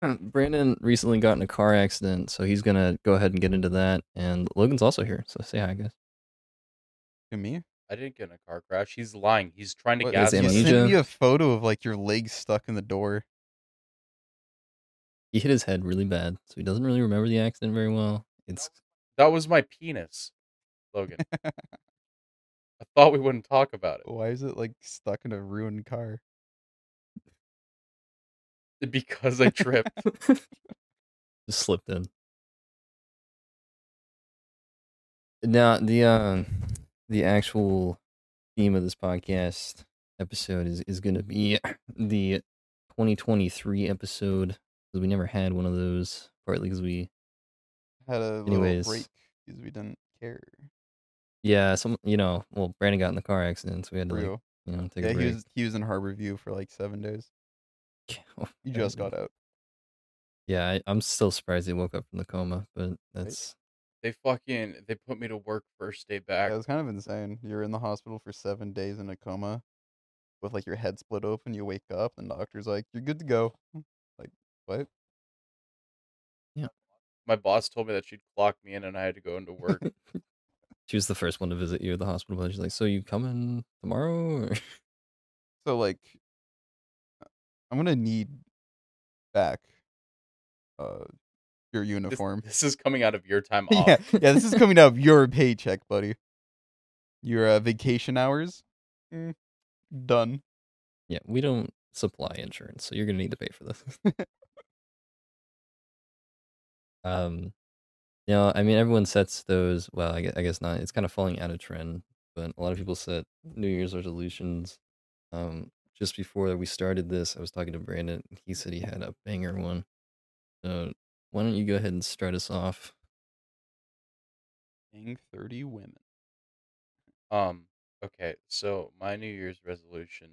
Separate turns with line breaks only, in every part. Uh, Brandon recently got in a car accident, so he's gonna go ahead and get into that. And Logan's also here, so say hi, guys.
To me,
I didn't get in a car crash. He's lying. He's trying to
What-
gas
gas
is
you
us.
amnesia?
sent me a photo of like your legs stuck in the door.
He hit his head really bad, so he doesn't really remember the accident very well. It's
That was my penis, Logan. I thought we wouldn't talk about
Why is it like stuck in a ruined car?
it because I tripped.
just slipped in. Now the um the actual theme of this podcast episode is is gonna be the 2023 episode 'cause we never had one of those. Partly because we
Had a
Anyways.
little break because we didn't care.
yeah some you know well Brandon got in the car accident, so we had to like,
Real.
you know take
Yeah,
a
he
break.
was he was in Harborview for like seven days. He just got out.
oh, Yeah, I, I'm still surprised he woke up from the coma, but that's
They fucking they put me to work first day back.
That was kind of insane. You're in the hospital for seven days in a coma, with like your head split open. You wake up, and the doctor's like, "You're good to go." Like what?
My boss told me that she'd clock me in, and I had to go into work.
she was the first one to visit you at the hospital. and She's like, "So you coming tomorrow?" Or?
So like, uh, I'm gonna need back uh your
this,
uniform.
this is coming out of your time off.
yeah, yeah. This is coming out of your paycheck, buddy. Your uh, vacation hours, mm, done.
Yeah, we don't supply insurance, so you're gonna need to pay for this. um, you know, I mean, everyone sets those. Well, I guess, I guess not. It's kind of falling out of trend, but a lot of people set New Year's resolutions. Um, just before we started this, I was talking to Brandon. and He said he had a banger one. So why don't you go ahead and start us off?
Paying Thirty women.
Um. Okay. So my New Year's resolution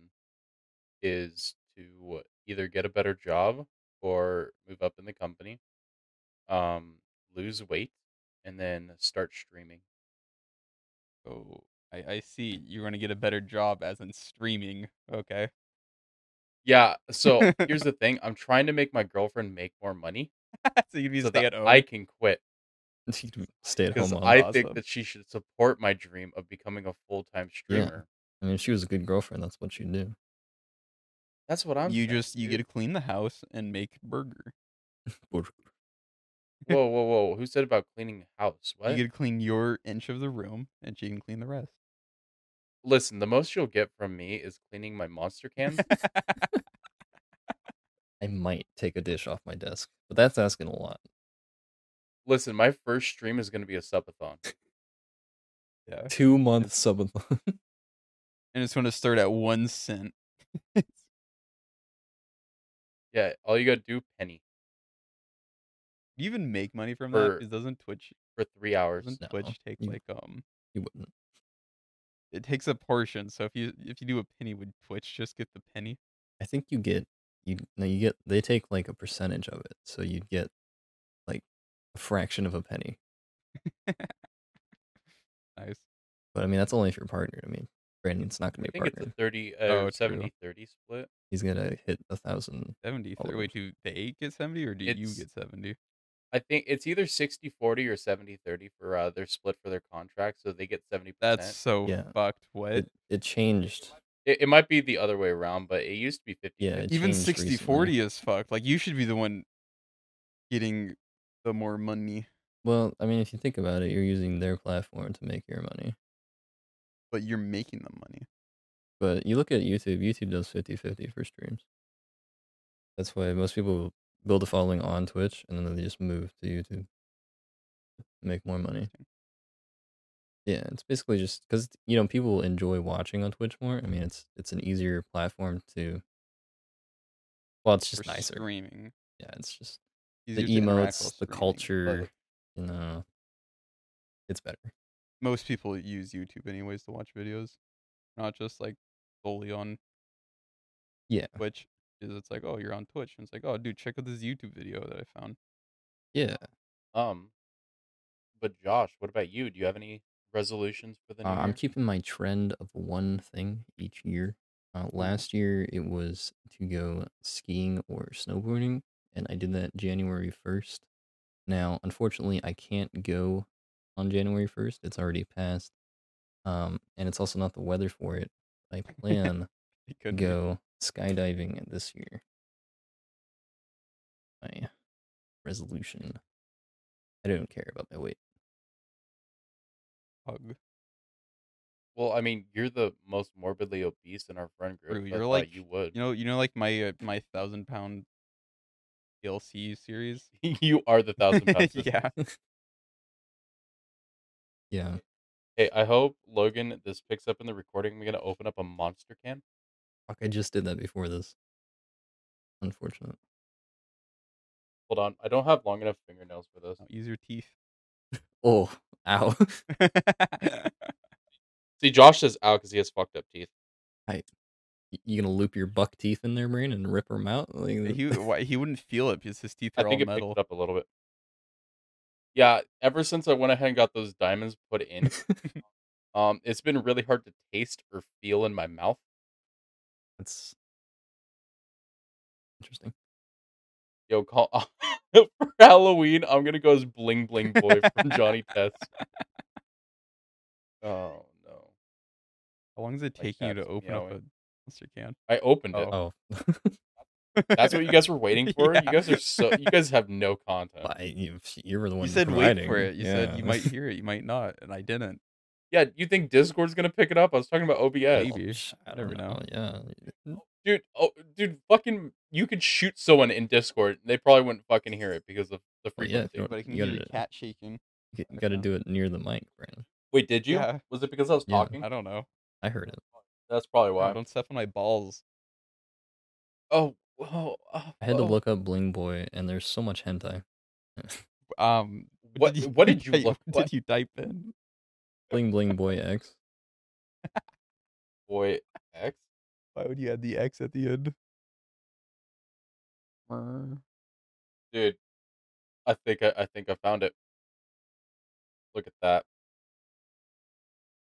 is to either get a better job or move up in the company, um, lose weight, and then start streaming.
Oh, I, I see. You're gonna get a better job as in streaming. Okay.
Yeah. So here's the thing: I'm trying to make my girlfriend make more money
so you'd be
so
stay
that
at home.
I can quit
Stay at
because
home mom.
I
I...
think
Awesome.
that she should support my dream of becoming a full time streamer.
mean, if she was a good girlfriend, that's what she'd do.
That's what I'm.
you
saying,
just you get
dude.
to clean the house and make burger.
whoa whoa whoa! Who said about cleaning the house? What?
You get to clean your inch of the room, and she can clean the rest.
Listen, the most you'll get from me is cleaning my monster cans.
I might take a dish off my desk, but that's asking a lot.
Listen, my first stream is going to be a subathon.
yeah,
Two month subathon.
and it's gonna start at one cent.
Yeah, all you got to do penny
you even make money from
For-
that? Is doesn't Twitch
for three hours.
doesn't
No,
Twitch take
you-
like um
You wouldn't.
it takes a portion. So if you if you do a penny, would Twitch just get the penny?
I think you get you no, you get they take like a percentage of it, so you'd get like a fraction of a penny.
Nice.
But I mean, that's only if you're partnered. I mean, Brandon's not gonna be
I think it's a
partnered.
30, uh,
Oh, true.
70 30 split.
He's gonna hit a thousand.
Seventy.
All
thir-
of
Wait, do the eight get seventy or do you
It's-
get seventy?
I think it's either 60 40 or 70 30 for uh, their split for their contract. So they get 70%.
That's so
Yeah.
fucked. What?
It, it changed.
It, it might be the other way around, but it used to be 50.
Yeah, it
even
changed
60
recently.
40 is fucked like you should be the one getting the more money
Well, I mean, if you think about it, you're using their platform to make your money.
but you're making the money
But you look at YouTube, YouTube does 50 50 for streams. That's why most people build a following on Twitch and then they just move to YouTube, make more money. Yeah, it's basically just because you know people enjoy watching on Twitch more. I mean, it's it's an easier platform to. Well, it's just
for
nicer.
streaming
Yeah, it's just
Easier
the
to interact while
emotes, the
streaming, but
culture. You know, it's better.
most people use youtube anyways to watch videos not just like solely on
Yeah.
twitch is it's like oh you're on twitch and it's like oh dude check out this youtube video that i found
Yeah,
Um, But Josh, what about you? Do you have any resolutions for the new
uh, I'm
year?
keeping my trend of one thing each
Mm-hmm.
year. Uh, last year it was to go skiing or snowboarding, and I did that January 1st. Now, unfortunately, I can't go on January 1st. It's already passed. Um, and it's also not the weather for it. I plan
It
to
could be.
go skydiving this year. My resolution. I don't care about my weight.
Hug.
Well, I mean, you're the most morbidly obese in our friend group.
True,
so I
you're
thought
like-
you would.
You know, you know, like my uh, my thousand pound DLC series.
you are the thousand pound sister.
yeah,
Yeah.
Hey, I hope Logan this picks up in the recording. We're gonna open up a monster can.
Fuck, I just did that before this. Unfortunate.
Hold on, I don't have long enough fingernails for this.
Don't use your teeth.
Oh, ow.
See, Josh says out because he has fucked up teeth.
Y- you gonna loop your buck teeth in there, Brain, and rip them out? Like,
he why, he wouldn't feel it because his teeth
I
are all
think it
metal.
picked it up a little bit. Yeah, ever since I went ahead and got those diamonds put in, um, it's been really hard to taste or feel in my mouth.
that's interesting.
Yo, call for Halloween. I'm gonna go as Bling Bling Boy from Johnny Test. Oh no,
How long is it
Like
taking you to
that's
open up a
meowing.
monster can?
I opened it.
Oh,
That's what you guys were waiting for.
Yeah.
You guys are so. You guys have no content.
I, you, you were the one.
You said wait
providing.
for it. You said you
Yeah.
might hear it, you might not, and I didn't.
Yeah, you think Discord's gonna pick it up? I was talking about OBS,
Maybe.
Oh, I
Never
don't know. Yeah.
dude. Oh, dude, fucking. You could shoot someone in Discord. They probably wouldn't fucking hear it because of the
Well, yeah, if
frequency.
you
But I can
gotta
hear
do
the
it.
cat shaking.
You, got to do it near the mic, Brandon.
Wait, did you?
Yeah.
Was it because I was
Yeah.
talking?
I don't know.
I heard it.
That's probably
Wow.
why.
Don't step on my balls.
Oh, oh, oh,
I had to
oh.
look up Bling Boy, and there's so much hentai.
Um,
What- what did you
type-
look-
What
what-
did you type in?
Bling Bling Boy X.
Boy X.
Why would you add the X at the end? Brr.
dude. I think I, I think I found it. Look at that.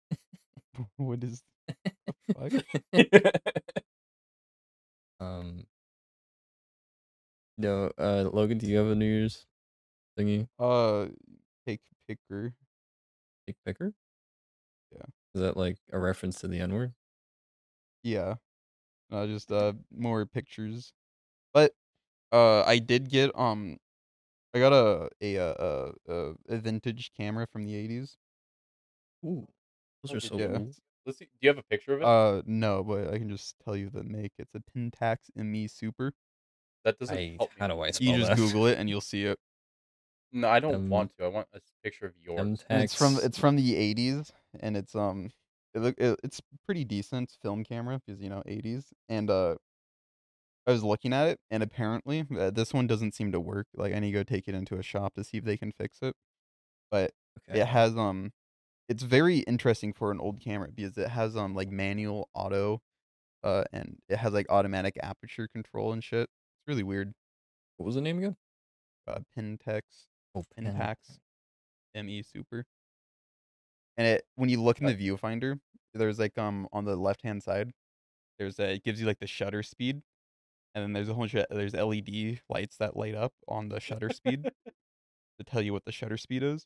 What is? Fuck.
um. No, uh, Logan, do you have a New Year's thingy?
Uh, take picker.
Pick picker?
Yeah.
Is that like a reference to the N word?
Yeah. No, just uh more pictures. But uh I did get um I got a a uh, a, a, a vintage camera from the 80s.
Ooh, those
Oh,
are
did
so
you?
cool.
Let's see. Do you have a picture of it?
Uh no, but I can just tell you the make. It's a Pentax ME Super.
that doesn't
I,
help me.
how do I spell
You just
that?
Google it and you'll see it.
No, I don't
Um,
want to. I want a picture of yours.
And it's from
Pentax-
it's from the 80s and it's um it look it, it's pretty decent film camera because you know 80s and uh I was looking at it and apparently uh, this one doesn't seem to work. Like I need to go take it into a shop to see if they can fix it. But
Okay.
it has um it's very interesting for an old camera because it has um like manual auto uh and it has like automatic aperture control and shit it's really weird
What was the name again?
uh pentax
Oh,
pentax me E super and it when you look in
Uh,
the viewfinder there's like um on the left hand side there's a it gives you like the shutter speed and then there's a whole shit there's led lights that light up on the shutter speed to tell you what the shutter speed is.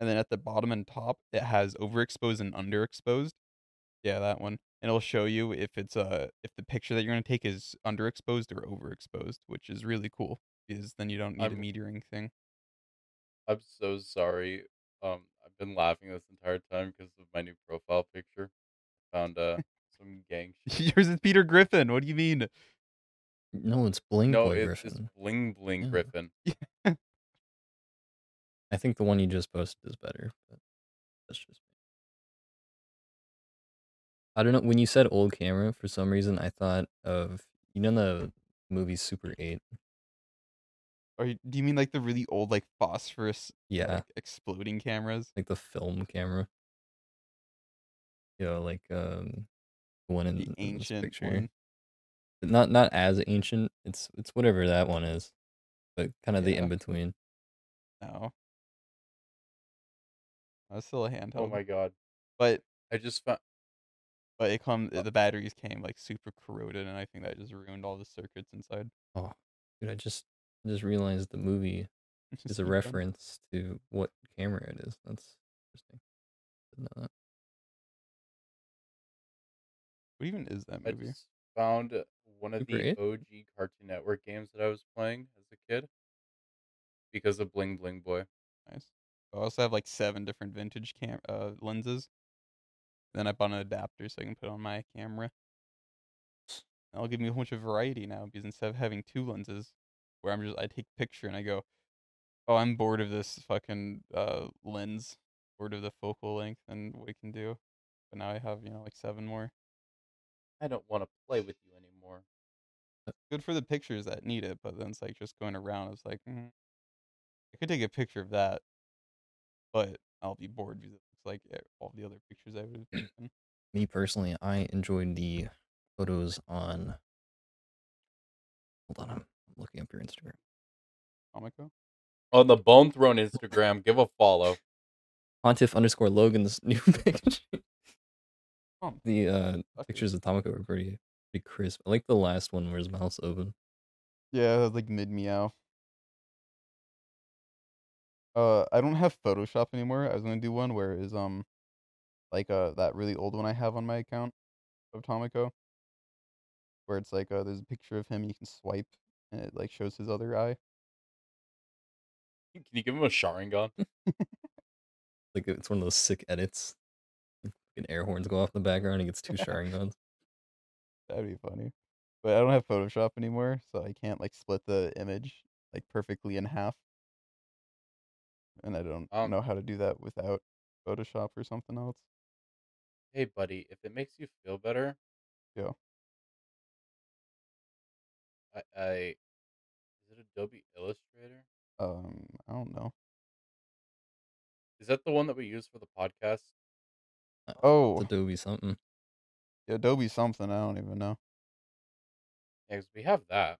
And then at the bottom and top, it has overexposed and underexposed. Yeah, that one. And it'll show you if it's uh if the picture that you're gonna take is underexposed or overexposed, which is really cool because then you don't need
I'm-
a metering thing.
I'm so sorry. Um, I've been laughing this entire time because of my new profile picture. Found uh some gang shit.
Yours is Peter Griffin. What do you mean?
No, it's Bling
No,
Boy
it's,
Griffin.
it's Bling Bling
Yeah.
Griffin. Oh
I think the one you just posted is better. But that's just. I don't know. When you said old camera, for some reason, I thought of you know the movie Super Eight.
Or do you mean like the really old like phosphorus
Yeah,
like, exploding cameras?
like the film camera. You know, like um, the one in,
The
in this
ancient
picture.
one.
Not not as ancient. It's it's whatever that one is, but kind of the
Yeah.
in between.
No. That's still a handheld.
Oh my god!
But
I just found.
but it come
Oh.
the batteries came like super corroded and i think that just ruined all the circuits inside
Dude, I just I just realized the movie is a
Speed bump.
reference to what camera it is. That's interesting. Didn't know that.
What even is that
I
movie?
just found one of
Super
the
eight?
OG Cartoon Network games that I was playing as a kid because of Bling Bling Boy.
Nice. I also have like seven different vintage cam uh, lenses. Then I bought an adapter so I can put it on my camera. That'll give me a whole bunch of variety now because instead of having two lenses, where I'm just I take picture and I go, oh I'm bored of this fucking uh lens, bored of the focal length and what it can do. But now I have you know like seven more.
I don't want to play with you anymore.
Good for the pictures that need it, but then it's like just going around. It's like mm, I could take a picture of that, but I'll be bored because it looks like e- all the other pictures I would have taken.
Me personally, I enjoyed the photos on. Hold on, I'm looking up your Instagram.
Comico.
On the Bone Throne Instagram, give a follow.
Pontiff underscore Logan's new picture.
Oh,
The uh,
fuck it.
pictures of Tomoko were pretty, pretty crisp. I like the last one where his mouth's open.
Yeah, that was like mid meow. Uh, I don't have Photoshop anymore. I was gonna do one where is um, like uh that really old one I have on my account of Tomiko, where it's like uh there's a picture of him you can swipe and it like shows his other eye.
Can you give him a Sharingan?
Like it's one of those sick edits. Like, fucking air horns go off in the background. He gets two Sharingans.
That'd be funny. But I don't have Photoshop anymore, so I can't like split the image like perfectly in half. And I don't
Um,
know how to do that without Photoshop or something else.
Hey, buddy, if it makes you feel better,
Yeah.
I, I is it Adobe Illustrator?
Um, I don't know.
Is that the one that we use for the podcast?
Oh,
It's Adobe something.
Adobe something. I don't even know.
Yeah, 'cause we have that.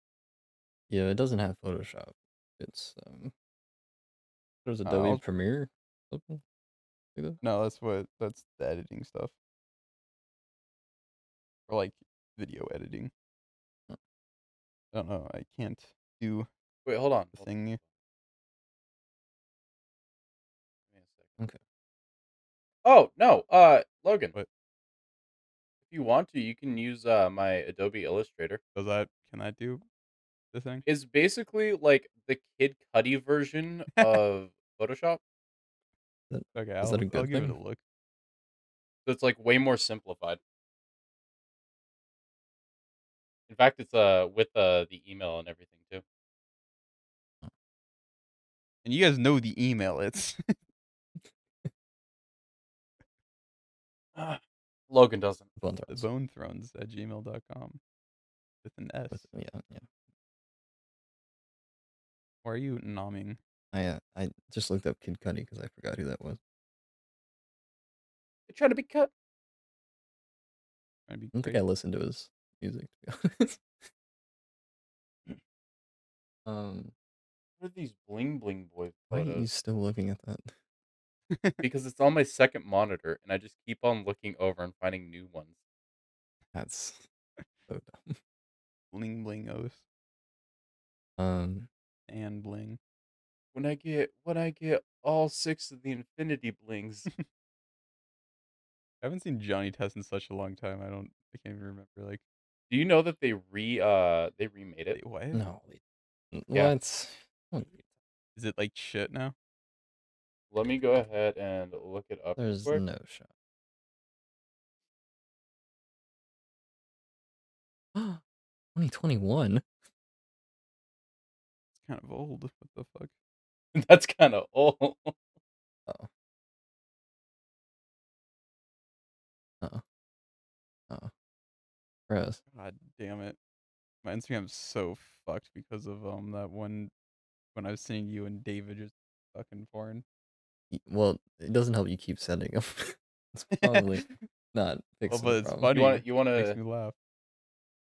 Yeah, it doesn't have Photoshop. It's um, there's
Uh,
Adobe
I'll-
Premiere. Oh, Something. Like that.
No, that's what that's the editing stuff. Or like video editing.
Huh.
I don't know. I can't do
Wait, hold on.
the
hold on,
thing.
Give me a second.
Okay.
Oh no, uh, Logan.
What?
If you want to, you can use uh my Adobe Illustrator.
Does that can I do the thing?
It's basically like the Kid Cudi version of Photoshop.
Okay,
Is
I'll,
that a
I'll
good
give it a
thing?
look.
So it's like way more simplified. In fact, it's uh with uh the email and everything too.
And you guys know the email. It's
Ah, Logan doesn't.
Bone
The
Thrones.
Bone Thrones at gmail.com with an S.
But, Yeah, yeah.
Why are you nomming?
I uh, I just looked up Kid Cudi because I forgot who that was.
They're trying to be cut.
Trying to be
I don't think I
crazy?
listened to his music to be honest. um,
What are these bling bling boy
why are you
photos?
still looking at that?
Because it's on my second monitor, and I just keep on looking over and finding new ones.
That's so dumb.
Bling bling os
Um,
and bling.
When I get when I get all six of the infinity blings,
I haven't seen Johnny Test in such a long time. I don't. I can't even remember. Like
do you know that they re uh they remade
wait,
it?
what? Is
no, they- n-
Yeah.
let's. oh,
it like shit now?
Let me go ahead and look it up. real
There's
quick.
no shot. Twenty twenty one.
It's kind of old. What the fuck?
That's kind of old.
Gross.
God damn it! My Instagram's so fucked because of um that one when I was seeing you and David just fucking foreign.
Y- Well, it doesn't help you keep sending them. it's probably Uh, not fixing
but
the
it's
problem.
funny.
You want you want
Makes me
to?
laugh.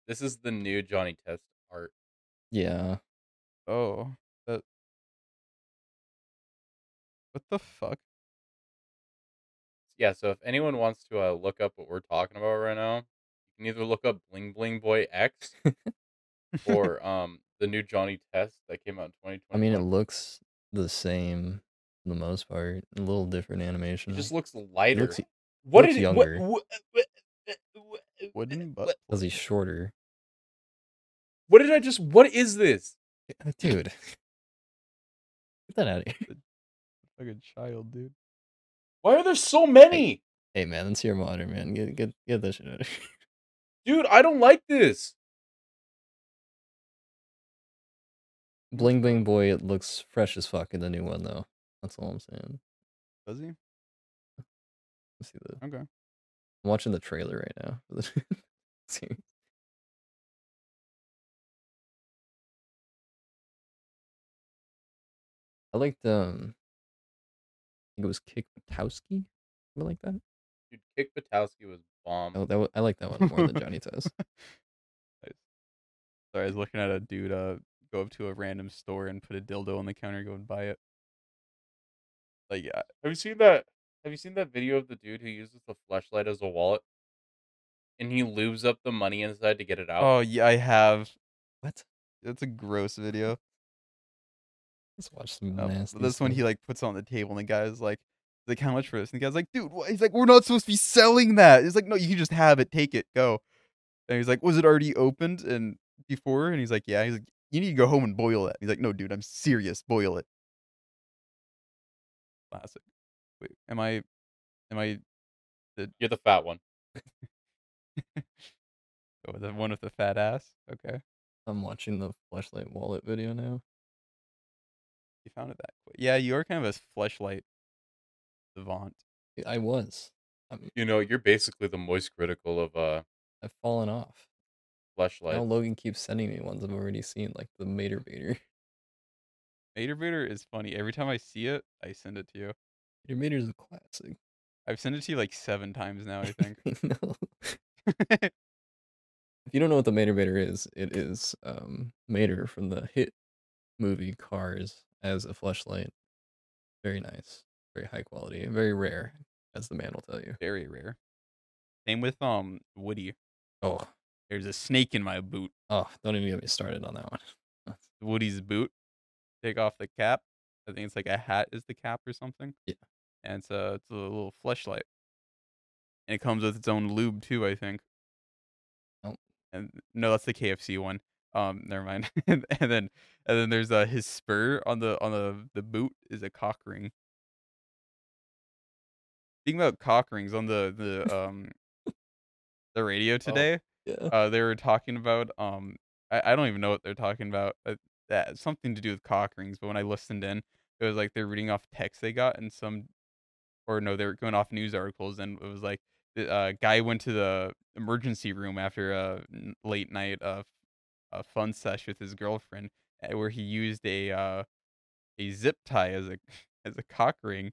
This is the new Johnny Test art.
Yeah.
Oh, that. What the fuck?
Yeah. So if anyone wants to uh, look up what we're talking about right now, you can either look up Bling Bling Boy X or um the new Johnny Test that came out in 2020.
I mean, it looks the same for the most part. A little different animation.
just looks lighter.
looks- e,
what uh,
looks
did
younger.
He, what, what, what,
Wooden
what,
butt.
because he's shorter.
what did I just? What is this?
Yeah, Dude, get that out of here.
Fucking child, dude.
Why are there so many,
Hey man, that's your monitor, man. Get get get that shit out of here.
dude? I don't like this.
Bling Bling Boy, it looks fresh as fuck in the new one though. That's all I'm saying.
Does he?
Let's see the.
Okay.
I'm watching the trailer right now. for the series. I liked um I think it was Kick Patowski. Something like
Mm.
that.
Dude, Kick Batowski was bomb.
Oh, that wa- I like that one more than Johnny Test.
Sorry, I was looking at a dude uh go up to a random store and put a dildo on the counter, go and buy it. Like, yeah,
Have you seen that? Have you seen that video of the dude who uses the flashlight as a wallet, and he lubes up the money inside to get it out?
oh yeah, I have.
What?
That's a gross video.
Let's watch some
Um,
nasty.
but this one
stuff.
he like puts on the table, and the guy's like, like how much for this? And the guy's like, dude, what? he's like, we're not supposed to be selling that. He's like, no, you can just have it, take it, go. And he's like, was it already opened and before? And he's like, yeah. He's like, you need to go home and boil it. He's like, no, dude, I'm serious, boil it. Classic. Wait, am I, am I
You're the fat one.
Oh, the one with the fat ass. Okay,
I'm watching the flashlight wallet video now.
you found it that quick. Yeah, you are kind of a fleshlight savant.
Yeah, I was. I'm,
You know, you're basically the moist critical of uh
I've fallen off.
flashlight.
Now Logan keeps sending me ones I've already seen, like the Mater Bader.
Mater Vader is funny. Every time I see it, I send it to you.
Mater Bader's a classic.
I've sent it to you like seven times now. I think.
no. If you don't know what the Mater Bader is, it is um, Mater from the hit movie Cars as a fleshlight. Very nice, very high quality, very rare, as the man will tell you.
Very rare. Same with um Woody.
Oh,
There's a snake in my boot.
oh, don't even get me started on that one.
Woody's boot. Take off the cap. I think it's like a hat is the cap or something.
Yeah.
And it's a it's a little fleshlight. And it comes with its own lube too, I think.
Nope.
And no, that's the KFC one. Um, never mind. and then and then there's uh his spur on the on the the boot is a cock ring. Speaking about cock rings on the the um the radio today,
Yeah.
uh, they were talking about um I, I don't even know what they're talking about uh, that something to do with cock rings but when i listened in it was like they're reading off text they got and some or no they were going off news articles and it was like the uh, guy went to the emergency room after a n- late night uh, a fun sesh with his girlfriend uh, where he used a uh, a zip tie as a as a cock ring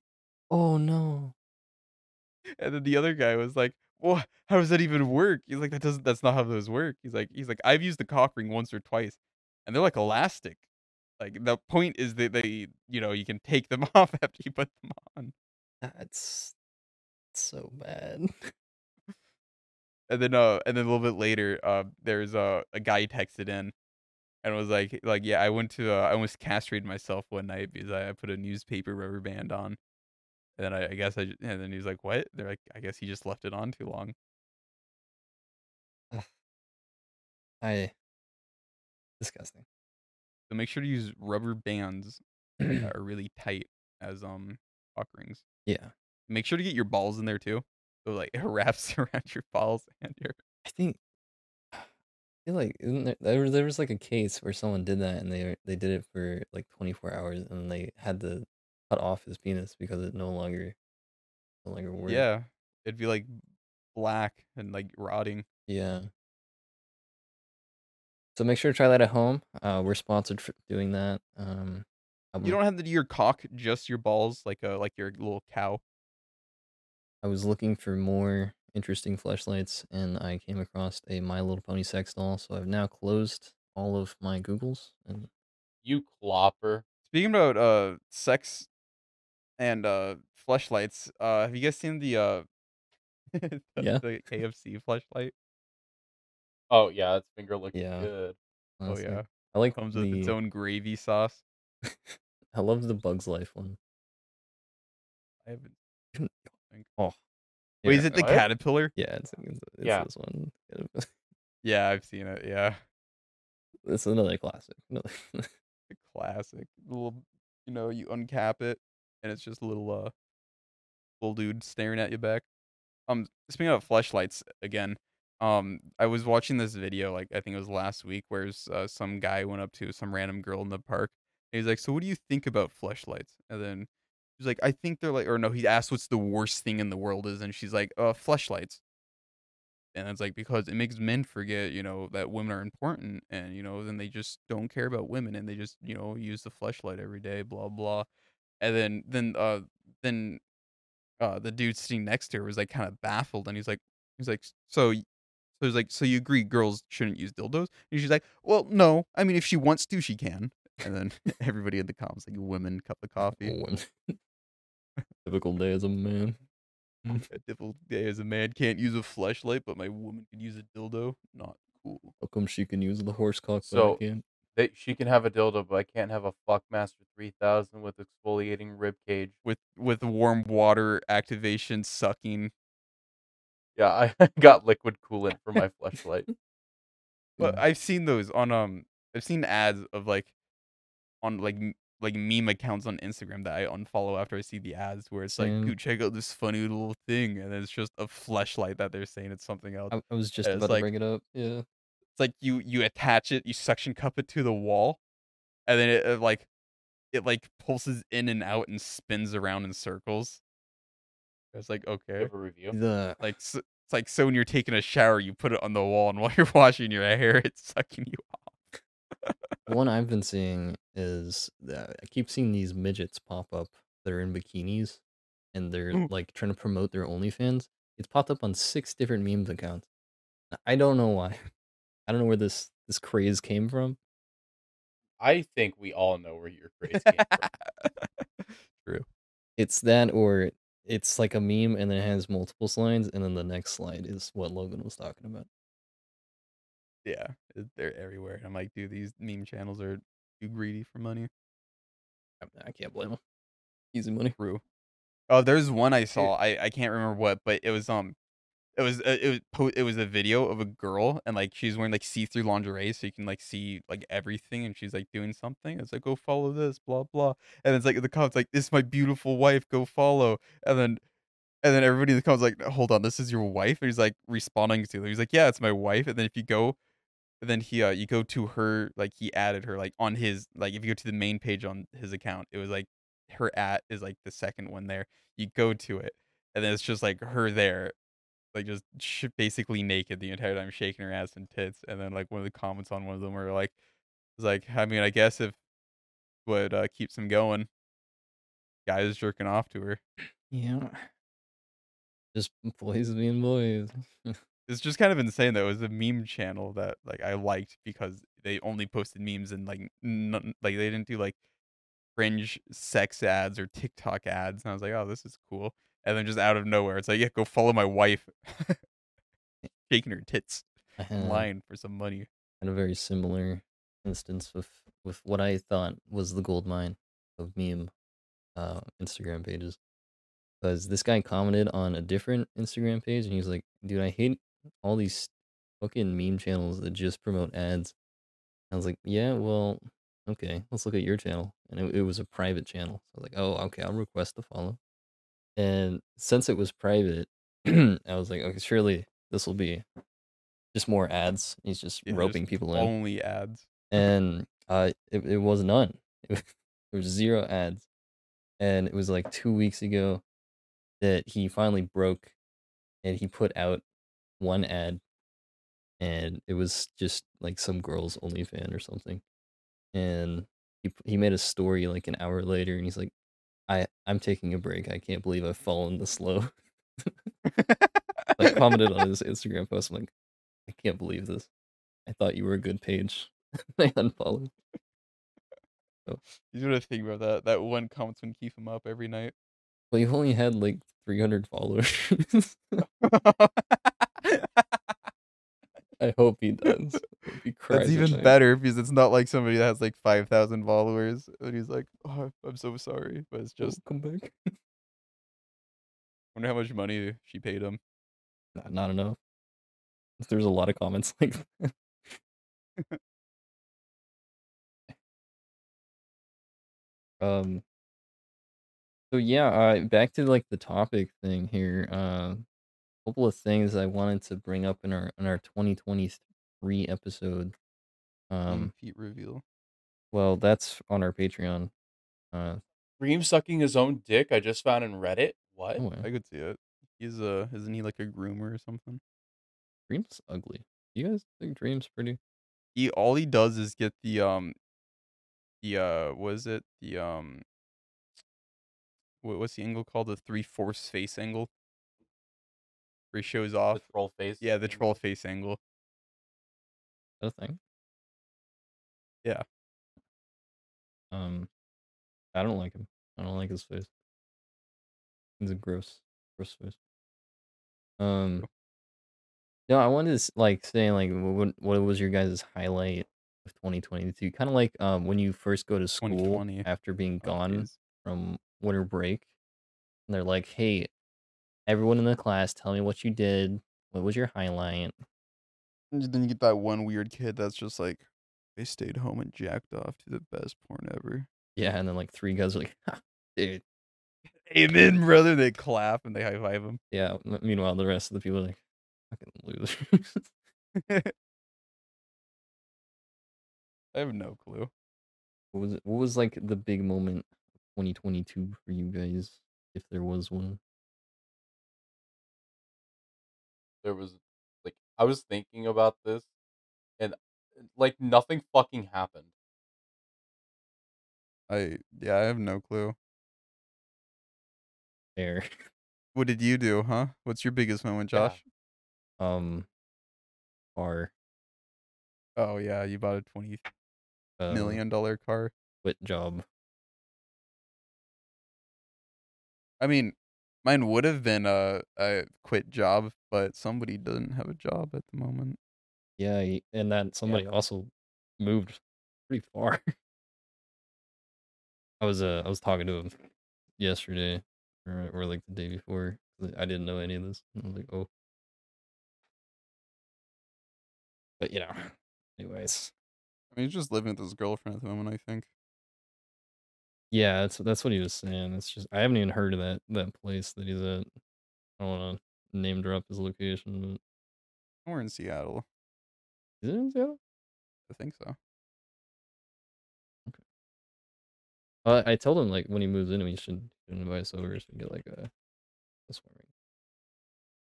Oh no.
and then the other guy was like, "Well, how does that even work?" He's like, "That doesn't. That's not how those work." He's like, "He's like, I've used the cock ring once or twice, and they're like elastic. Like the point is that they, you know, you can take them off after you put them on."
That's so bad.
And then, uh, and then a little bit later, uh, there's uh, a guy texted in, and was like, "Like, yeah, I went to, uh, I almost castrated myself one night because I, I put a newspaper rubber band on." And then I, I guess I, j- and then he was like, "What?" They're like, "I guess he just left it on too long."
I disgusting.
So make sure to use rubber bands that are really tight as um cock rings.
yeah.
Make sure to get your balls in there too. So like it wraps around your balls and your
I think I feel like isn't there, there was there was like a case where someone did that and they they did it for like 24 hours and they had to cut off his penis because it no longer no longer worked.
yeah. It'd be like black and like rotting.
Yeah. So make sure to try that at home. Uh, we're sponsored for doing that. Um, I,
You don't have to do your cock, just your balls, like a like your little cow.
I was looking for more interesting flashlights and I came across a My Little Pony sex doll. So I've now closed all of my Googles and
you clopper.
Speaking about uh sex and uh fleshlights, uh have you guys seen the uh the,
Yeah.
the KFC fleshlight?
Oh yeah, that finger looks
Yeah.
good.
Oh
honestly.
yeah.
I like
Comes
the,
with its own gravy sauce.
I love the Bugs Life one.
I haven't. think.
Oh.
Wait, is it the
What?
caterpillar?
Yeah, it's, it's, it's
Yeah.
this one.
Yeah, I've seen it. Yeah,
It's another classic. Another-
the classic. Little, you know, you uncap it, and it's just a little uh, little dude staring at you back. Um, speaking of flashlights again, um, I was watching this video like I think it was last week, where s- uh, some guy went up to some random girl in the park, and he's like, "So what do you think about flashlights?" And then he's like, "I think they're like," or no, he asked, "What's the worst thing in the world is?" And she's like, "Uh, flashlights." And it's like because it makes men forget, you know, that women are important, and you know, then they just don't care about women, and they just, you know, use the flashlight every day, blah blah. And then, then, uh, then, uh, the dude sitting next to her was like kind of baffled, and he's like, he's like, so, y- so he's like, so you agree girls shouldn't use dildos? And she's like, well, no, I mean, if she wants to, she can. And then everybody in the comments like, women, cup of coffee.
One. Typical day as a man.
A difficult day as a man can't use a flashlight, but my woman could use a dildo. Not cool.
How come she can use the horse cock, but
So-
I can't?
They, she can have a dildo, but I can't have a Fuckmaster 3000 with exfoliating rib cage.
With with warm water activation sucking.
Yeah, I got liquid coolant for my flashlight.
But
Mm.
I've seen those on um I've seen ads of like on like m- like meme accounts on Instagram that I unfollow after I see the ads where it's like,
Same.
dude, check out this funny little thing and it's just a flashlight that they're saying it's something else.
I, I was just
Yeah, it's
about
like-
to bring it up. Yeah.
it's like you you attach it, you suction cup it to the wall, and then it, uh, like it like pulses in and out and spins around in circles. It's like
I
okay,
have a review.
The
like s it's like so when you're taking a shower, you put it on the wall, and while you're washing your hair, it's sucking you off.
one I've been seeing is that I keep seeing these midgets pop up that are in bikinis and they're
Mm.
like trying to promote their OnlyFans. It's popped up on six different memes accounts. I don't know why. I don't know where this this craze came from.
I think we all know where your craze came from.
It's that or it's like a meme and then it has multiple slides and then the next slide is what Logan was talking about.
Yeah, it- they're everywhere. And I'm like, dude, these meme channels are too greedy for money.
I, I can't blame him. Easy money.
True. Oh, there's one I saw. I I can't remember what, but it was um, it was uh, it was po- it was a video of a girl and like she's wearing like see through lingerie, so you can like see like everything, and she's like doing something. It's like go follow this, blah blah, and it's like in the comments like this is my beautiful wife, go follow, and then. And then everybody in the comments like, hold on, this is your wife. And he's like responding to them. He's like, yeah, it's my wife. And then if you go, and then he, uh, you go to her, like he added her, like on his, like if you go to the main page on his account, it was like her at is like the second one there. You go to it, and then it's just like her there, like just sh- basically naked the entire time, shaking her ass and tits. And then like one of the comments on one of them were like, "It's like I mean, I guess if what uh, keeps him going, guys jerking off to her.
Yeah. Just boys being boys.
It's just kind of insane though. It was a meme channel that like I liked because they only posted memes and like none, like they didn't do like fringe sex ads or TikTok ads. And I was like, oh, this is cool. And then just out of nowhere, it's like, yeah, go follow my wife, shaking her tits,
I
and
had-
lying for some money.
had a very similar instance with with what I thought was the gold mine of meme uh, Instagram pages. Because this guy commented on a different Instagram page and he was like, dude, I hate all these fucking meme channels that just promote ads. I was like, yeah, well, okay, let's look at your channel. And it, it was a private channel. So I was like, oh, okay, I'll request to follow. And since it was private, I was like, okay, surely this will be just more ads. He's just
Yeah, just
roping people in
Only ads.
and uh, it, it was none. It was, it was zero ads, and it was like two weeks ago that he finally broke, and he put out one ad, and it was just like some girl's OnlyFan or something, and he p- he made a story like an hour later, and he's like, "I I'm taking a break. I can't believe I've fallen this low." Like commented on his Instagram post, I'm like, "I can't believe this. I thought you were a good page." I unfollowed.
You know the thing about that? That one comment's been keeping him up every night.
Well, you've only had like 300 followers. I hope he does. I hope he cries
That's
or
even
something.
better because it's not like somebody that has like five thousand followers and he's like, oh, "I'm so sorry," but it's just.
come back.
Wonder how much money she paid him.
Not, not enough. There's a lot of comments like that. um so yeah uh back to like the topic thing here uh couple of things i wanted to bring up in our in our 2023 episode um
Um, feet reveal.
well that's on our patreon uh
Reem sucking his own dick. I just found in Reddit. What?
anyway,
I could see it. He's uh, isn't he like a groomer or something?
dream's ugly you guys think dream's pretty
He all he does is get the um, the uh, was it the um, wha- what's the angle called? The three fourths face angle. Where he shows off.
The troll face.
Yeah, the
thing.
troll face angle.
Is that a thing?
Yeah.
Um, I don't like him. I don't like his face. He's a gross, gross face. Um, no, I wanted to s- like say like wh- what what was your guys' highlight of 2022? Kind of like um when you first go to school
2020.
after being
Oh,
gone
jeez.
from winter break, and they're like, "Hey, everyone in the class, tell me what you did. What was your highlight?"
And then you get that one weird kid that's just like, they stayed home and jacked off to the best porn ever.
Yeah, and then like three guys are like, "Ha, "Dude,
Amen, brother. They clap and they high five him.
Yeah. m- Meanwhile, the rest of the people are like, fucking losers.
I have no clue.
what was it, what was like the big moment of 2022 for you guys, if there was one?
There was like I was thinking about this, and like nothing fucking happened.
I yeah, I have no clue.
There.
What did you do, huh? What's your biggest moment,
Yeah.
Josh?
Um, car.
Oh yeah, you bought a twenty
Uh,
million dollar car.
Quit job.
I mean, mine would have been a a quit job, but somebody doesn't have a job at the moment.
Yeah. y- And then somebody also moved pretty far. I was, uh, I was talking to him yesterday or, or like the day before. 'cause I didn't know any of this. and I was like, oh. But, you know, anyways.
I mean, he's just living with his girlfriend at the moment. I think.
Yeah, that's that's what he was saying. It's just I haven't even heard of that that place that he's at. I don't want to name drop his location,
We're in Seattle.
but is it in Seattle?
I think so.
Uh, I told him like when he moves in, we should invite us over so we get like a, a swimming.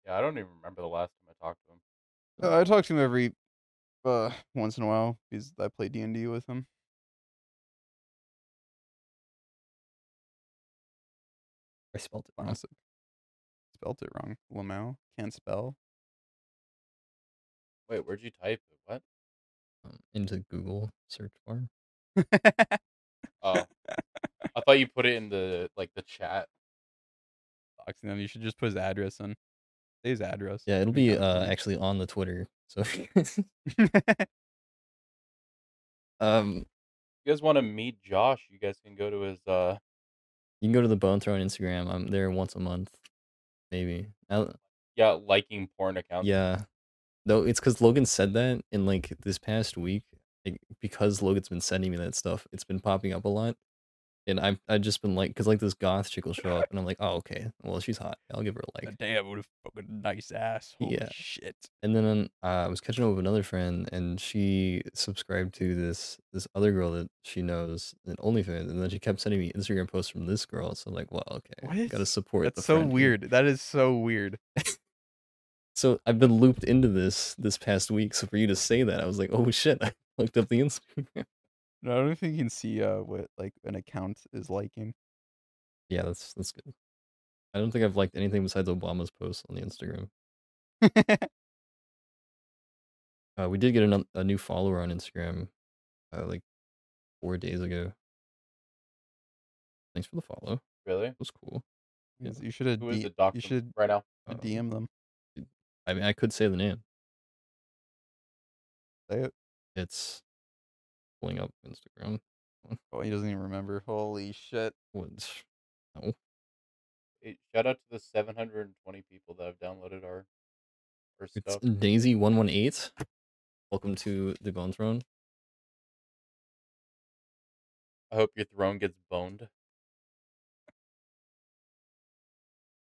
Yeah, I don't even remember the last time I talked to him.
Oh,
Uh, I talk to him every uh once in a while because I play D and D with him.
I spelled it wrong.
Classic. Spelt it wrong. Lamau can't spell.
Wait, where'd you type it? What?
Um, into Google search bar.
Oh, I thought you put it in the like the chat.
Box him. You should just put his address in. Say his address.
Yeah, it'll
Maybe
be
not
uh
funny.
actually on the Twitter. So um,
you guys want to meet Josh? You guys can go to his uh
you can go to the Bone Throw on Instagram. I'm there once a month, maybe. I,
yeah liking porn account.
Yeah. Though it's because Logan said that, and like this past week, like, because Logan's been sending me that stuff, it's been popping up a lot. And I've, I've just been like, because like this goth chick will show up, and I'm like, oh, okay, well, she's hot. I'll give her a like.
damn, what a fucking nice ass.
Yeah.
shit.
And then uh, I was catching up with another friend, and she subscribed to this this other girl that she knows in OnlyFans, and then she kept sending me Instagram posts from this girl. So I'm like, well, okay,
What?
gotta support. the
That's so
friend here.
weird. That is so weird.
So I've been looped into this this past week. So for you to say that, I was like, oh shit, I looked up the Instagram.
No, I don't think you can see uh what like an account is liking.
Yeah, that's that's good. I don't think I've liked anything besides Obama's post on the Instagram. Uh, we did get a, a new follower on Instagram, uh, like four days ago. Thanks for the follow. It
Really?
was cool. Uh, Yeah.
You should have
Who is
D-
it? Doctor
you should
right now.
Um,
DM them.
I mean, I could say the name.
Say it.
It's pulling up Instagram.
Oh, he doesn't even remember. Holy shit.
What's-
Hey, shout out to the 720 people that have downloaded our our
It's
stuff.
Daisy one one eight. Welcome to the Bone Throne.
I hope your throne gets boned.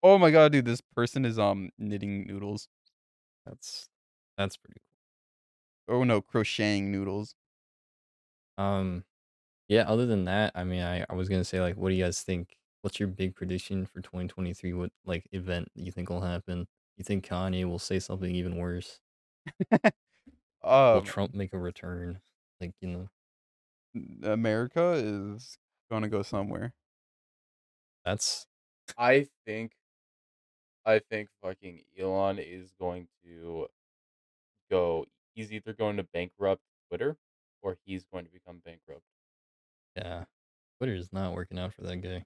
Oh my god, dude, this person is um knitting noodles.
That's that's pretty
Oh no, crocheting noodles.
cool. Um, yeah. Other than that, I mean, I, I was gonna say like, what do you guys think? What's your big prediction for 2023? What like event you think will happen? You think Kanye will say something even worse? will
Um,
Trump make a return? Like you know,
America is gonna go somewhere.
that's
I think I think fucking Elon is going to go he's either going to bankrupt Twitter or he's going to become bankrupt.
yeah. Twitter is not working out for that guy.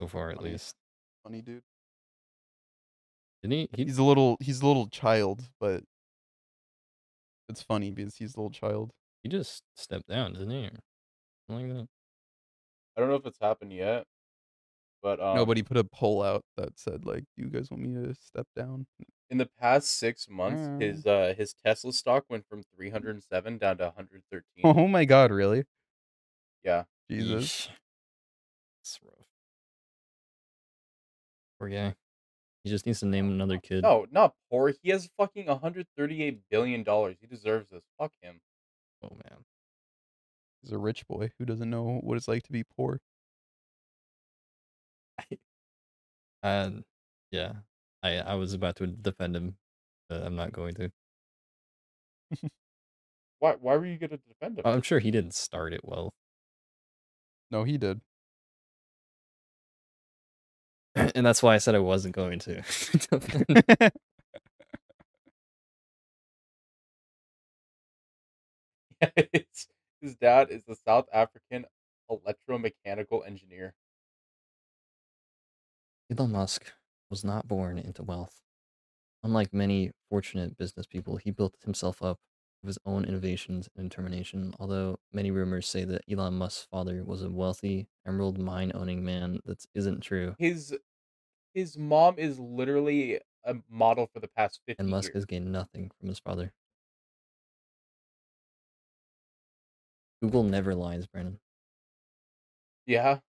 So far, at
Funny.
least.
Funny dude.
Didn't he? he
He's a little he's a little child, but it's funny because he's a little child.
He just stepped down, didn't he? Something like that.
I don't know if it's happened yet, but um,
Nobody put a poll out that said like, "Do you guys want me to step down?"
in the past six months,
Mm.
his uh his Tesla stock went from 307 down to 113.
Oh my god, really?
Yeah,
Jesus.
Yeesh. It's rough. Poor guy. He just needs to name another kid.
Oh.
no, not poor. He has fucking 138 billion dollars. He deserves this. Fuck him.
Oh man.
He's a rich boy who doesn't know what it's like to be poor.
Uh, yeah. I I was about to defend him, but I'm not going to.
Why? Why were you gonna defend him?
I'm sure he didn't start it well.
No, he did.
and that's why I said I wasn't going to.
It's- his dad is the South African electromechanical engineer.
Elon Musk was not born into wealth. Unlike many fortunate business people, he built himself up with his own innovations and determination. Although many rumors say that Elon Musk's father was a wealthy emerald mine owning man, that isn't true.
His his mom is literally a model for the past 50
And Musk
years.
has gained nothing from his father. Google never lies, Brandon.
Yeah.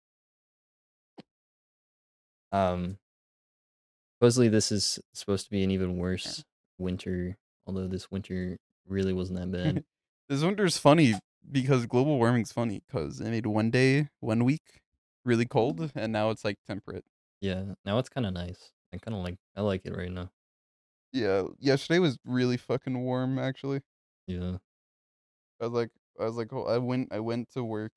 Um, supposedly this is supposed to be an even worse winter, although this winter really wasn't that bad.
This winter's funny because global warming's funny because it made one day, one week, really cold, and now it's like temperate.
Yeah, now it's kind of nice. I kind of like I like it right now.
Yeah, yesterday was really fucking warm. Actually,
Yeah,
I was like, I was like, oh, I went, I went to work,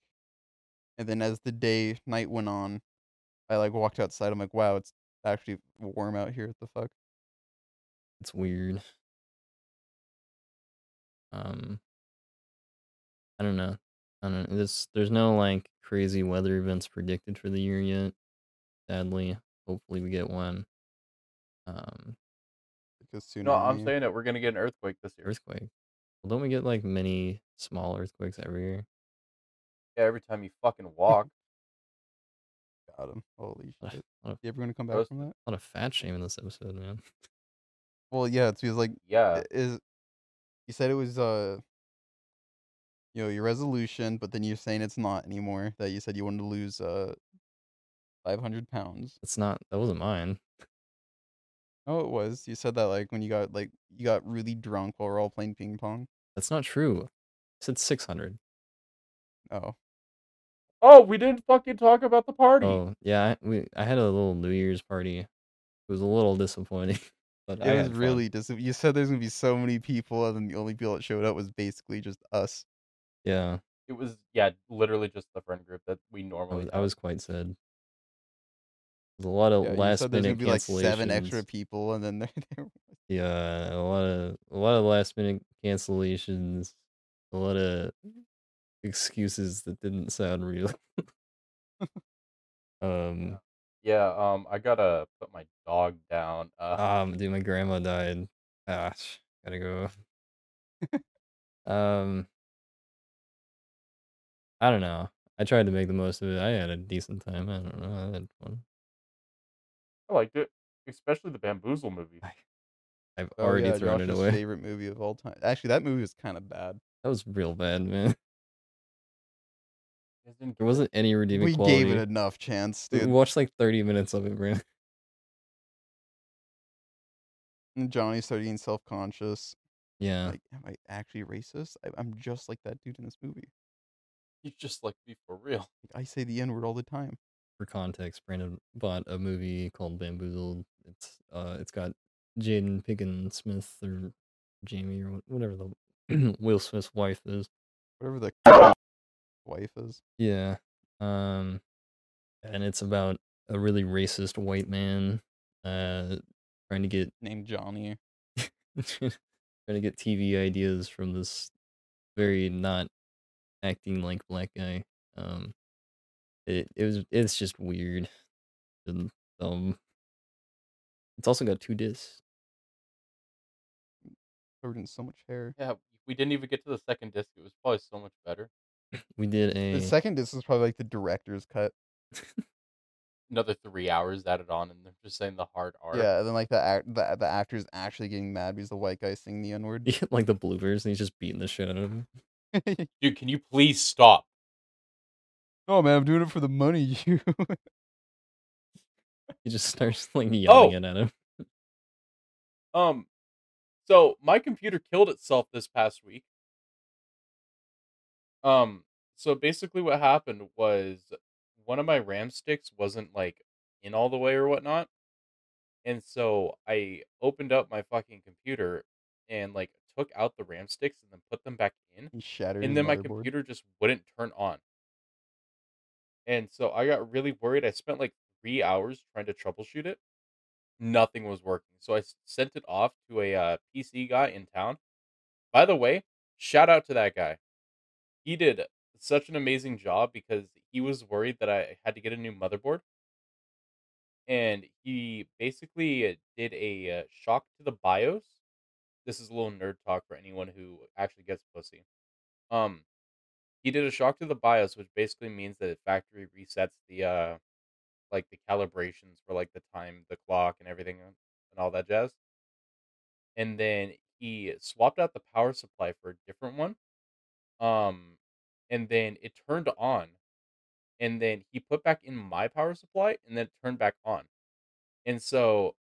and then as the day night went on, I like walked outside. I'm like, wow, it's actually warm out here. What the fuck?
it's weird. Um, I don't know. I don't know. There's there's no like crazy weather events predicted for the year yet. Sadly, hopefully we get one. Um,
Like a
No, I'm
tsunami.
saying that we're gonna get an earthquake this year.
earthquake. Well, don't we get like many small earthquakes every year?
Yeah, every time you fucking walk.
Got him. Holy
Ugh.
shit!
What
You ever gonna come
That
back
was-
from that?
A lot of fat shame in this episode, man.
Well, yeah, it's because like
Eh,
yeah.
i- is you said it was uh you know your resolution but then you're saying it's not anymore that you said you wanted to lose uh 500 pounds
It's not. That wasn't mine.
oh it was you said that like when you got like you got really drunk while we're all playing ping pong
That's not true. I said six hundred.
oh
Oh, we didn't fucking talk about the party.
Oh yeah, I, we I had a little New Year's party. It was a little disappointing, but I
it was
had fun.
really dis- you said there's gonna be so many people and then the only people that showed up was basically just us
yeah.
It was yeah, literally just the friend group that we
I
normally.
was, I was quite sad. There's a lot of
Yeah, you
last
said there's gonna
minute
be
cancellations.
like seven extra people and then there, there
yeah, a lot of a lot of last minute cancellations. A lot of excuses that didn't sound real. um,
Yeah, um, I gotta put my dog down. Uh,
Ah. um, dude, my grandma died. Gosh, Ah, gotta go. Um, I don't know. I tried to make the most of it. I had a decent time. I don't know. I had fun.
I liked it, especially the Bamboozle movie.
I've
Oh
already
yeah,
thrown it
Josh's
away.
favorite movie of all time. Actually, that movie was kind of bad.
That was real bad, man.
You guys didn't
There
get
wasn't any redeeming
we
quality.
gave it enough chance,
we
dude.
watched like 30 minutes of it, bro.
And Johnny started getting self conscious.
Yeah.
Like, am I actually racist? I, I'm just like that dude in this movie.
You just like me for real.
Like, I say the N word all the time.
for context, Brandon bought a movie called Bamboozled. It's uh, it's got Jaden Pinkett Smith or Jamie or wh- whatever the Will Smith's wife is.
Whatever the wife is.
Yeah. Um, and it's about a really racist white man uh trying to get
Named Johnny.
trying to get TV ideas from this very not acting like black guy. Um, it it was it's just weird and um. It's also got two discs.
Covered in so much hair.
Yeah, we didn't even get to the second disc. It was probably so much better.
We did a
The second disc is probably like the director's cut.
Another three hours added on, and they're just saying the hard R.
Yeah, and then like the act the, the actor's actually getting mad because the white guy's singing the N word.
like the bloopers, and he's just beating the shit out of him.
Dude, can you please stop?
no "Oh, man, I'm doing it for the money, you
He just starts like yelling
Oh.
it at him.
Um, so my computer killed itself this past week. Um, so basically what happened was one of my RAM sticks wasn't like in all the way or whatnot. And so I opened up my fucking computer and like took out the RAM sticks and then put them back in.
and shattered.
and
his
then my
motherboard.
computer just wouldn't turn on. And so I got really worried. I spent like three hours trying to troubleshoot it. Nothing was working. So I s- sent it off to a uh, PC guy in town. By the way, shout out to that guy. He did such an amazing job because he was worried that I had to get a new motherboard. And he basically uh, did a uh, shock to the BIOS. This is a little nerd talk for anyone who actually gets pussy. Um, he did a shock to the BIOS, which basically means that it factory resets the uh, like the calibrations for like the time, the clock, and everything and all that jazz. And then he swapped out the power supply for a different one. Um, and then it turned on. And then he put back in my power supply, and then it turned back on. And so,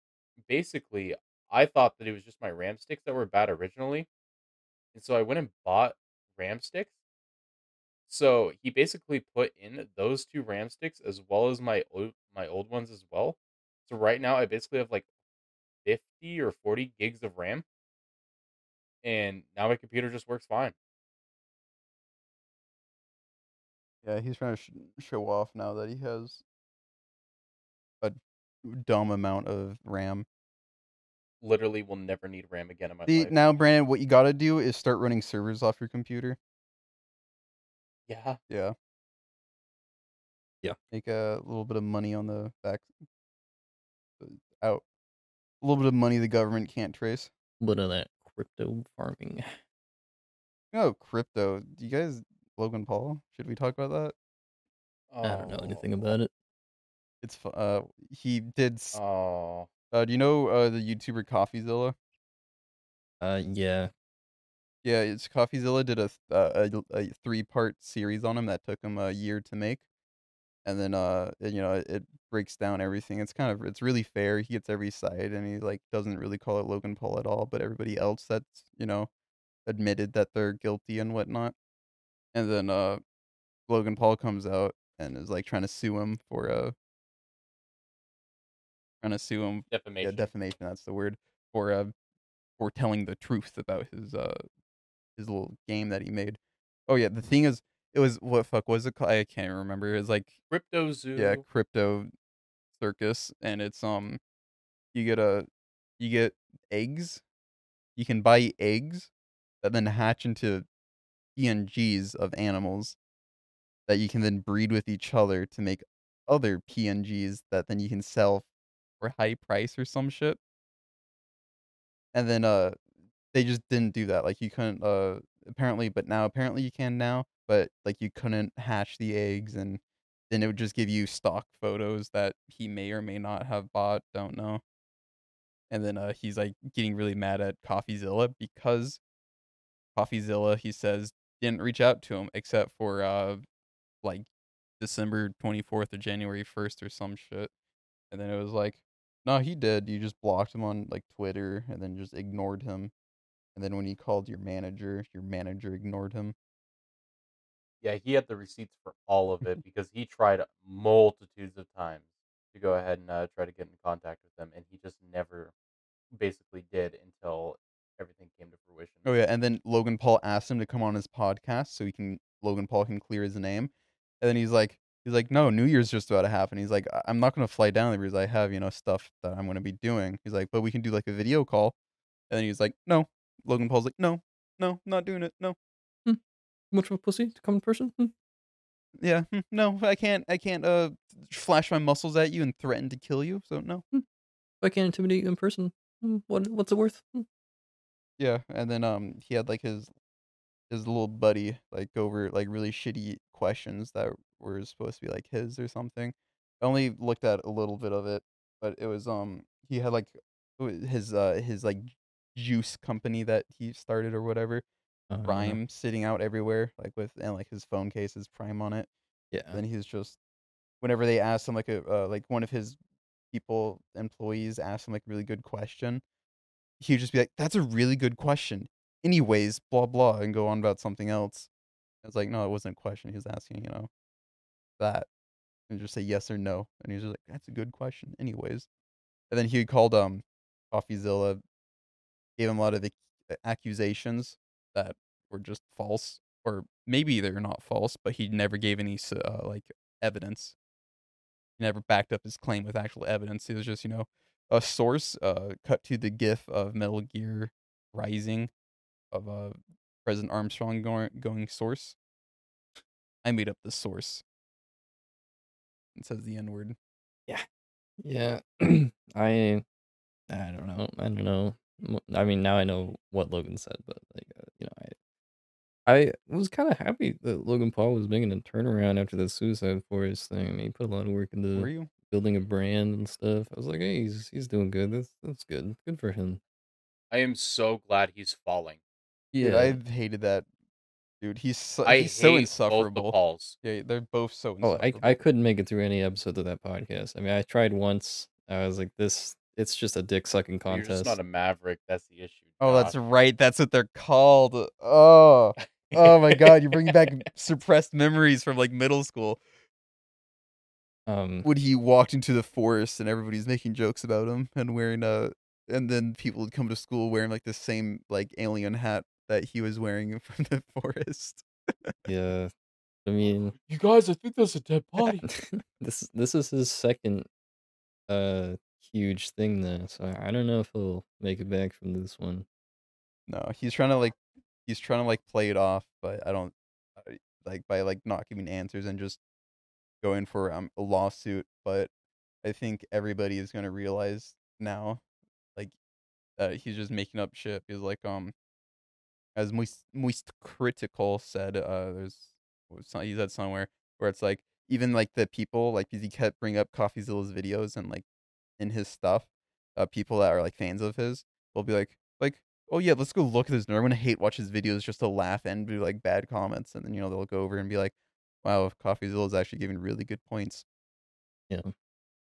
basically, I thought that it was just my RAM sticks that were bad originally. And so I went and bought RAM sticks. So he basically put in those two RAM sticks as well as my old, my old ones as well. So right now I basically have like 50 or 40 gigs of RAM. And now my computer just works fine.
Yeah, he's trying to sh- show off now that he has a dumb amount of RAM.
Literally will never need RAM again in my
See,
life.
now, Brandon, what you got to do is start running servers off your computer.
yeah.
Yeah.
Yeah.
Make a little bit of money on the back. the- Out. A little bit of money the government can't trace.
But of that crypto farming.
No, crypto. Do you guys, Logan Paul, should we talk about that?
Oh,
I don't know anything about it.
It's, fu- uh, he did, s-
Oh.
uh, do you know, uh, the YouTuber CoffeeZilla?
Uh, yeah,
Yeah, it's CoffeeZilla did a th- uh, a, a three part series on him that took him a year to make, and then uh it- you know it, it breaks down everything. It's kind of it's really fair. He gets every side, and he like doesn't really call it Logan Paul at all, but everybody else that's you know admitted that they're guilty and whatnot. And then uh Logan Paul comes out and is like trying to sue him for uh trying to sue him
Defamation.
yeah, defamation. That's the word for uh, for telling the truth about his uh his little game that he made. Oh yeah, the thing is, it was what fuck was it called? I can't even remember. It was like
Crypto Zoo.
yeah, crypto circus, and it's um, you get a you get eggs. You can buy eggs that then hatch into PNGs of animals that you can then breed with each other to make other PNGs that then you can sell for high price or some shit. And then uh they just didn't do that. Like you couldn't uh apparently, but now apparently you can now, but like you couldn't hash the eggs and then it would just give you stock photos that he may or may not have bought, don't know. And then uh he's like getting really mad at CoffeeZilla because CoffeeZilla, he says, didn't reach out to him except for uh like December 24th or January 1st or some shit. And then it was like, no, he did. You just blocked him on like Twitter and then just ignored him. And then when he called your manager, your manager ignored him.
Yeah, he had the receipts for all of it because he tried multitudes of times to go ahead and uh, try to get in contact with them, and he just never basically did until everything came to fruition.
Oh yeah, and then Logan Paul asked him to come on his podcast so he can Logan Paul can clear his name. And then he's like he's like, No, New Year's just about to happen. He's like, "I- I'm not gonna fly down there because I have, you know, stuff that I'm gonna be doing. He's like, But we can do like a video call. And then he's like, No. Logan Paul's like, No, no, not doing it. No.
Much of a pussy to come in person? Hmm.
Yeah, hmm, no, I can't I can't uh flash my muscles at you and threaten to kill you, so no.
If I can't intimidate you in person, hmm, what what's it worth? Hmm.
Yeah, and then um he had like his his little buddy like go over like really shitty questions that were supposed to be like his or something. I only looked at a little bit of it, but it was um he had like w- his uh his like juice company that he started or whatever,
Uh,
Prime sitting out everywhere like with and like his phone case is Prime on it.
Yeah.
Then he's just whenever they asked him like a uh, like one of his people employees asked him like a really good question, he would just be like, "That's a really good question." Anyways, blah blah, and go on about something else. It's like, no, it wasn't a question. He was asking, you know, that, and just say yes or no. And he's just like, "That's a good question." Anyways, and then he called um CoffeeZilla, gave him a lot of the uh, accusations that were just false, or maybe they're not false, but he never gave any s- uh, like evidence. He never backed up his claim with actual evidence. It was just, you know, a source uh, cut to the GIF of Metal Gear Rising of uh, President Armstrong going, going source. I made up the source. It says the N word.
Yeah. I I don't know. I don't know. Mo- I mean, now I know what Logan said, but like, uh, you know, I I was kind of happy that Logan Paul was making a turnaround after the Suicide Forest thing. I mean, he put a lot of work into
Uh,
Were you?
building a brand and stuff. I was like, hey, he's he's doing good. That's that's good. Good for him.
I am so glad he's falling.
Dude, I've hated that. Dude, he's so,
I
he's so
hate both the
insufferable.
Pauls.
Yeah, they're both so
Oh, I,
insufferable.
I couldn't make it through any episode of that podcast. I mean, I tried once. I was like, this, it's just a dick sucking
You're just
contest.
not a maverick. That's the issue.
Oh, that's
Josh.
right. That's what they're called. Oh, oh my God! You're bringing back suppressed memories from like middle school.
Um, Mm.
When he walked into the forest and everybody's making jokes about him and wearing a, and then people would come to school wearing like the same like alien hat that he was wearing from the forest.
yeah. I mean,
You guys, I think that's a dead body.
this this is his second uh huge thing though, so I- I don't know if he'll make it back from this one.
No, he's trying to like, he's trying to like play it off, but I don't I- like by like not giving answers and just going for um, a lawsuit. But I think everybody is gonna realize now uh, he's just making up shit. He's like, um, as Moist, Moist Critical said, uh, there's what so- he said somewhere where it's like even like the people like 'cause he kept bringing up CoffeeZilla's videos and like in his stuff, uh, people that are like fans of his will be like, like, oh yeah, let's go look at this. nerd. I'm gonna hate watch his videos just to laugh and do like bad comments, and then you know they'll go over and be like, wow, CoffeeZilla's actually giving really good points.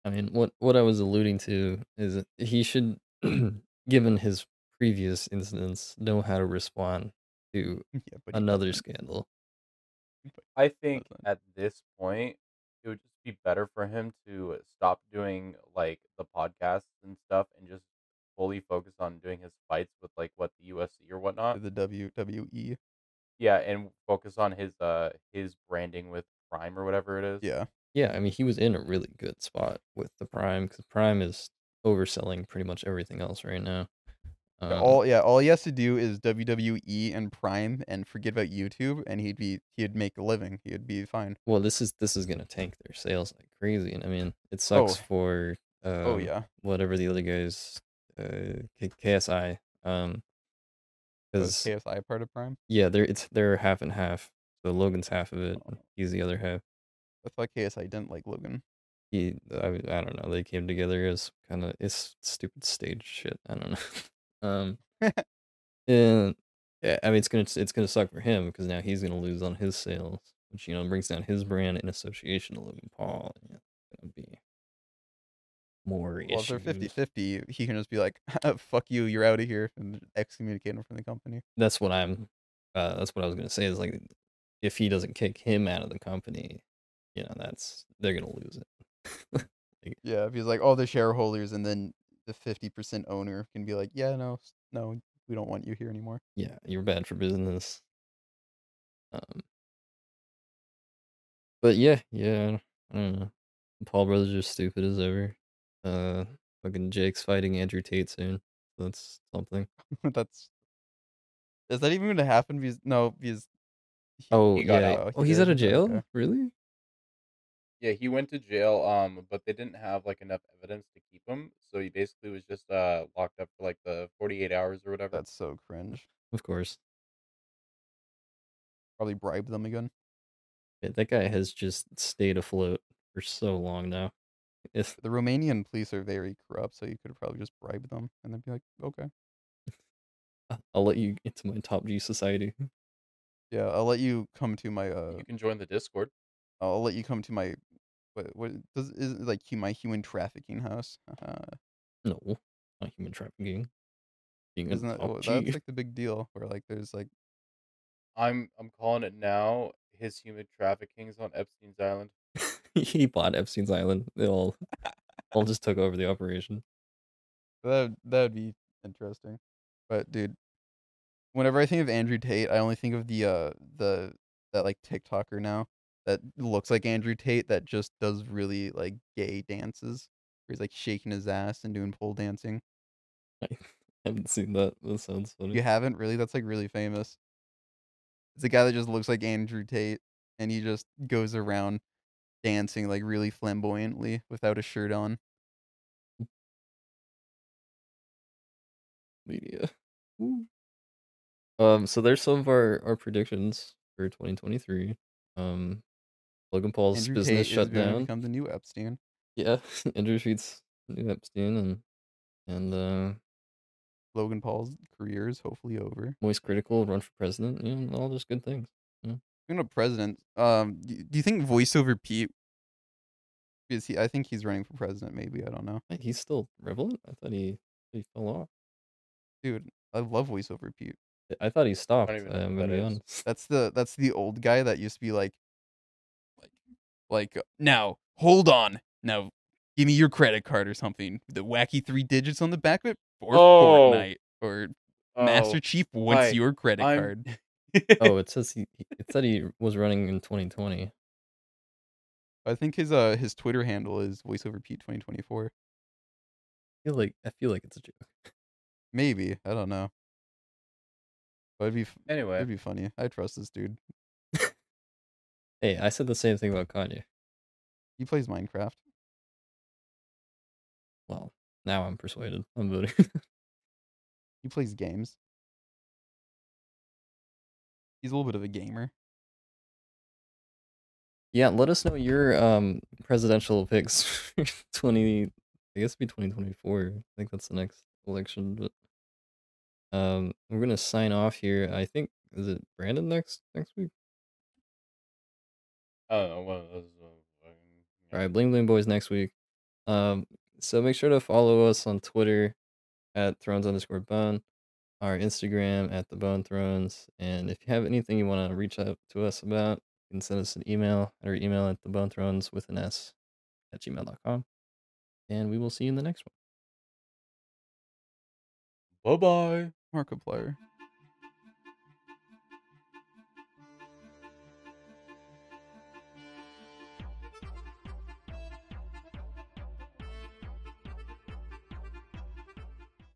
I mean, what what I was alluding to is that he should, given his previous incidents, know how to respond to
yeah, but he
another
doesn't.
scandal.
I think
Listen.
at this point, it would just be better for him to stop doing like the podcasts and stuff and just fully focus on doing his fights with like what the UFC or whatnot.
the E. WWE.
Yeah, and focus on his uh his branding with Prime or whatever it is.
Yeah,
Yeah, I mean, he was in a really good spot with the prime because prime is overselling pretty much everything else right now.
Yeah,
Uh,
all yeah, all he has to do is WWE and Prime and forget about YouTube, and he'd be he'd make a living. He'd be fine.
well, this is this is gonna tank their sales like crazy, and I mean, it sucks
Oh.
for uh,
oh yeah,
whatever the other guys, uh, K- KSI. Um,
Was
Because
KSI part of Prime?
yeah, they're it's they're half and half. So Logan's half of it.
Oh.
He's the other half.
That's why KSI didn't like Logan.
He, I, I don't know. They came together as kind of it's stupid stage shit. I don't know. um, and yeah, I mean it's gonna it's gonna suck for him because now he's gonna lose on his sales, which you know brings down his brand in association to Logan Paul. And it's gonna be more
Well, if they're
issues.
50 50, he can just be like, fuck you, you're out of here, and excommunicate him from the company.
that's what I'm. Uh, that's what I was gonna say. Is like, if he doesn't kick him out of the company, you know, that's they're gonna lose it.
Yeah, if he's like, oh, the shareholders, and then the 50% owner can be like, yeah, no, s- no, we don't want you here anymore.
yeah, you're bad for business. Um, but yeah, yeah, I don't- I don't know. The Paul brothers are stupid as ever. Uh, fucking Jake's fighting Andrew Tate soon. So that's something.
That's. Is that even going to happen? Because, no, because. he-
Oh
he got
yeah.
out.
Oh,
He
he's
did?
out of jail.
Okay.
Really?
Yeah, he went to jail, um, but they didn't have like enough evidence to keep him, so he basically was just uh locked up for like the forty eight hours or whatever.
That's so cringe.
Of course.
Probably bribe them again.
Yeah, That guy has just stayed afloat for so long now. If
The Romanian police are very corrupt, so you could probably just bribe them, and they'd be like, okay.
uh, I'll let you into my top G society.
Yeah, I'll let you come to my uh,
you can join the Discord.
I'll let you come to my what what does is it like hu- my human trafficking house? Uh,
No, not human trafficking. Being a
isn't that
top
well,
G.
that's like the big deal where like there's like
I'm I'm calling it now. His human trafficking's on Epstein's Island.
he bought Epstein's Island. They all, all just took over the operation.
that that would be interesting. But dude, whenever I think of Andrew Tate, I only think of the uh the that like TikToker now that looks like Andrew Tate that just does really like gay dances where he's like shaking his ass and doing pole dancing.
I haven't seen that. That sounds funny.
You haven't really? That's like really famous. It's a guy that just looks like Andrew Tate and he just goes around dancing like really flamboyantly without a shirt on.
Media. Woo. Um. So there's some of our our predictions for 2023. Um, Logan Paul's
Andrew
business
Tate
shut
is going to
down.
become the new Epstein.
Yeah, Andrew Sheets, new Epstein, and and uh,
Logan Paul's career is hopefully over.
Moist Critical run for president. You know, all just good things.
Speaking of president, um, do do you think voiceover Pete? Because he, I think he's running for president. Maybe I don't know,
Wait, He's still relevant. I thought he he fell off.
dude. I love voiceover Pete.
I thought he stopped. I
even know
am
who
gonna
that
be
is.
honest.
That's the that's the old guy that used to be like, like, like uh, now hold on now, give me your credit card or something. The wacky three digits on the back of it or
Oh.
Fortnite or
Oh,
Master Chief wants
right.
your credit
I'm-
card.
oh, it says he. he- It said he was running in 2020.
I think his uh his Twitter handle is voiceover Pete twenty twenty four.
I feel like I feel like it's a joke.
Maybe I don't know. But it'd be f-
Oh, Anyway,
it'd be funny. I trust this dude.
Hey, I said the same thing about Kanye.
He plays Minecraft.
Well, now I'm persuaded. I'm voting.
He plays games. He's a little bit of a gamer.
yeah, let us know your um presidential picks. for 20, I guess it'd be 2024. I think that's the next election. But um, we're gonna sign off here. I think is it Brandon next next week?
I don't know. One of those. Oh, uh, fucking-
All right, Bling Bling Boys next week. Um, so make sure to follow us on Twitter at Thrones underscore Bone, our Instagram at the Bone Thrones, and if you have anything you want to reach out to us about, you can send us an email at our email at the Bone Thrones with an S at gmail.com. And we will see you in the next one.
Bye bye.
Markiplier.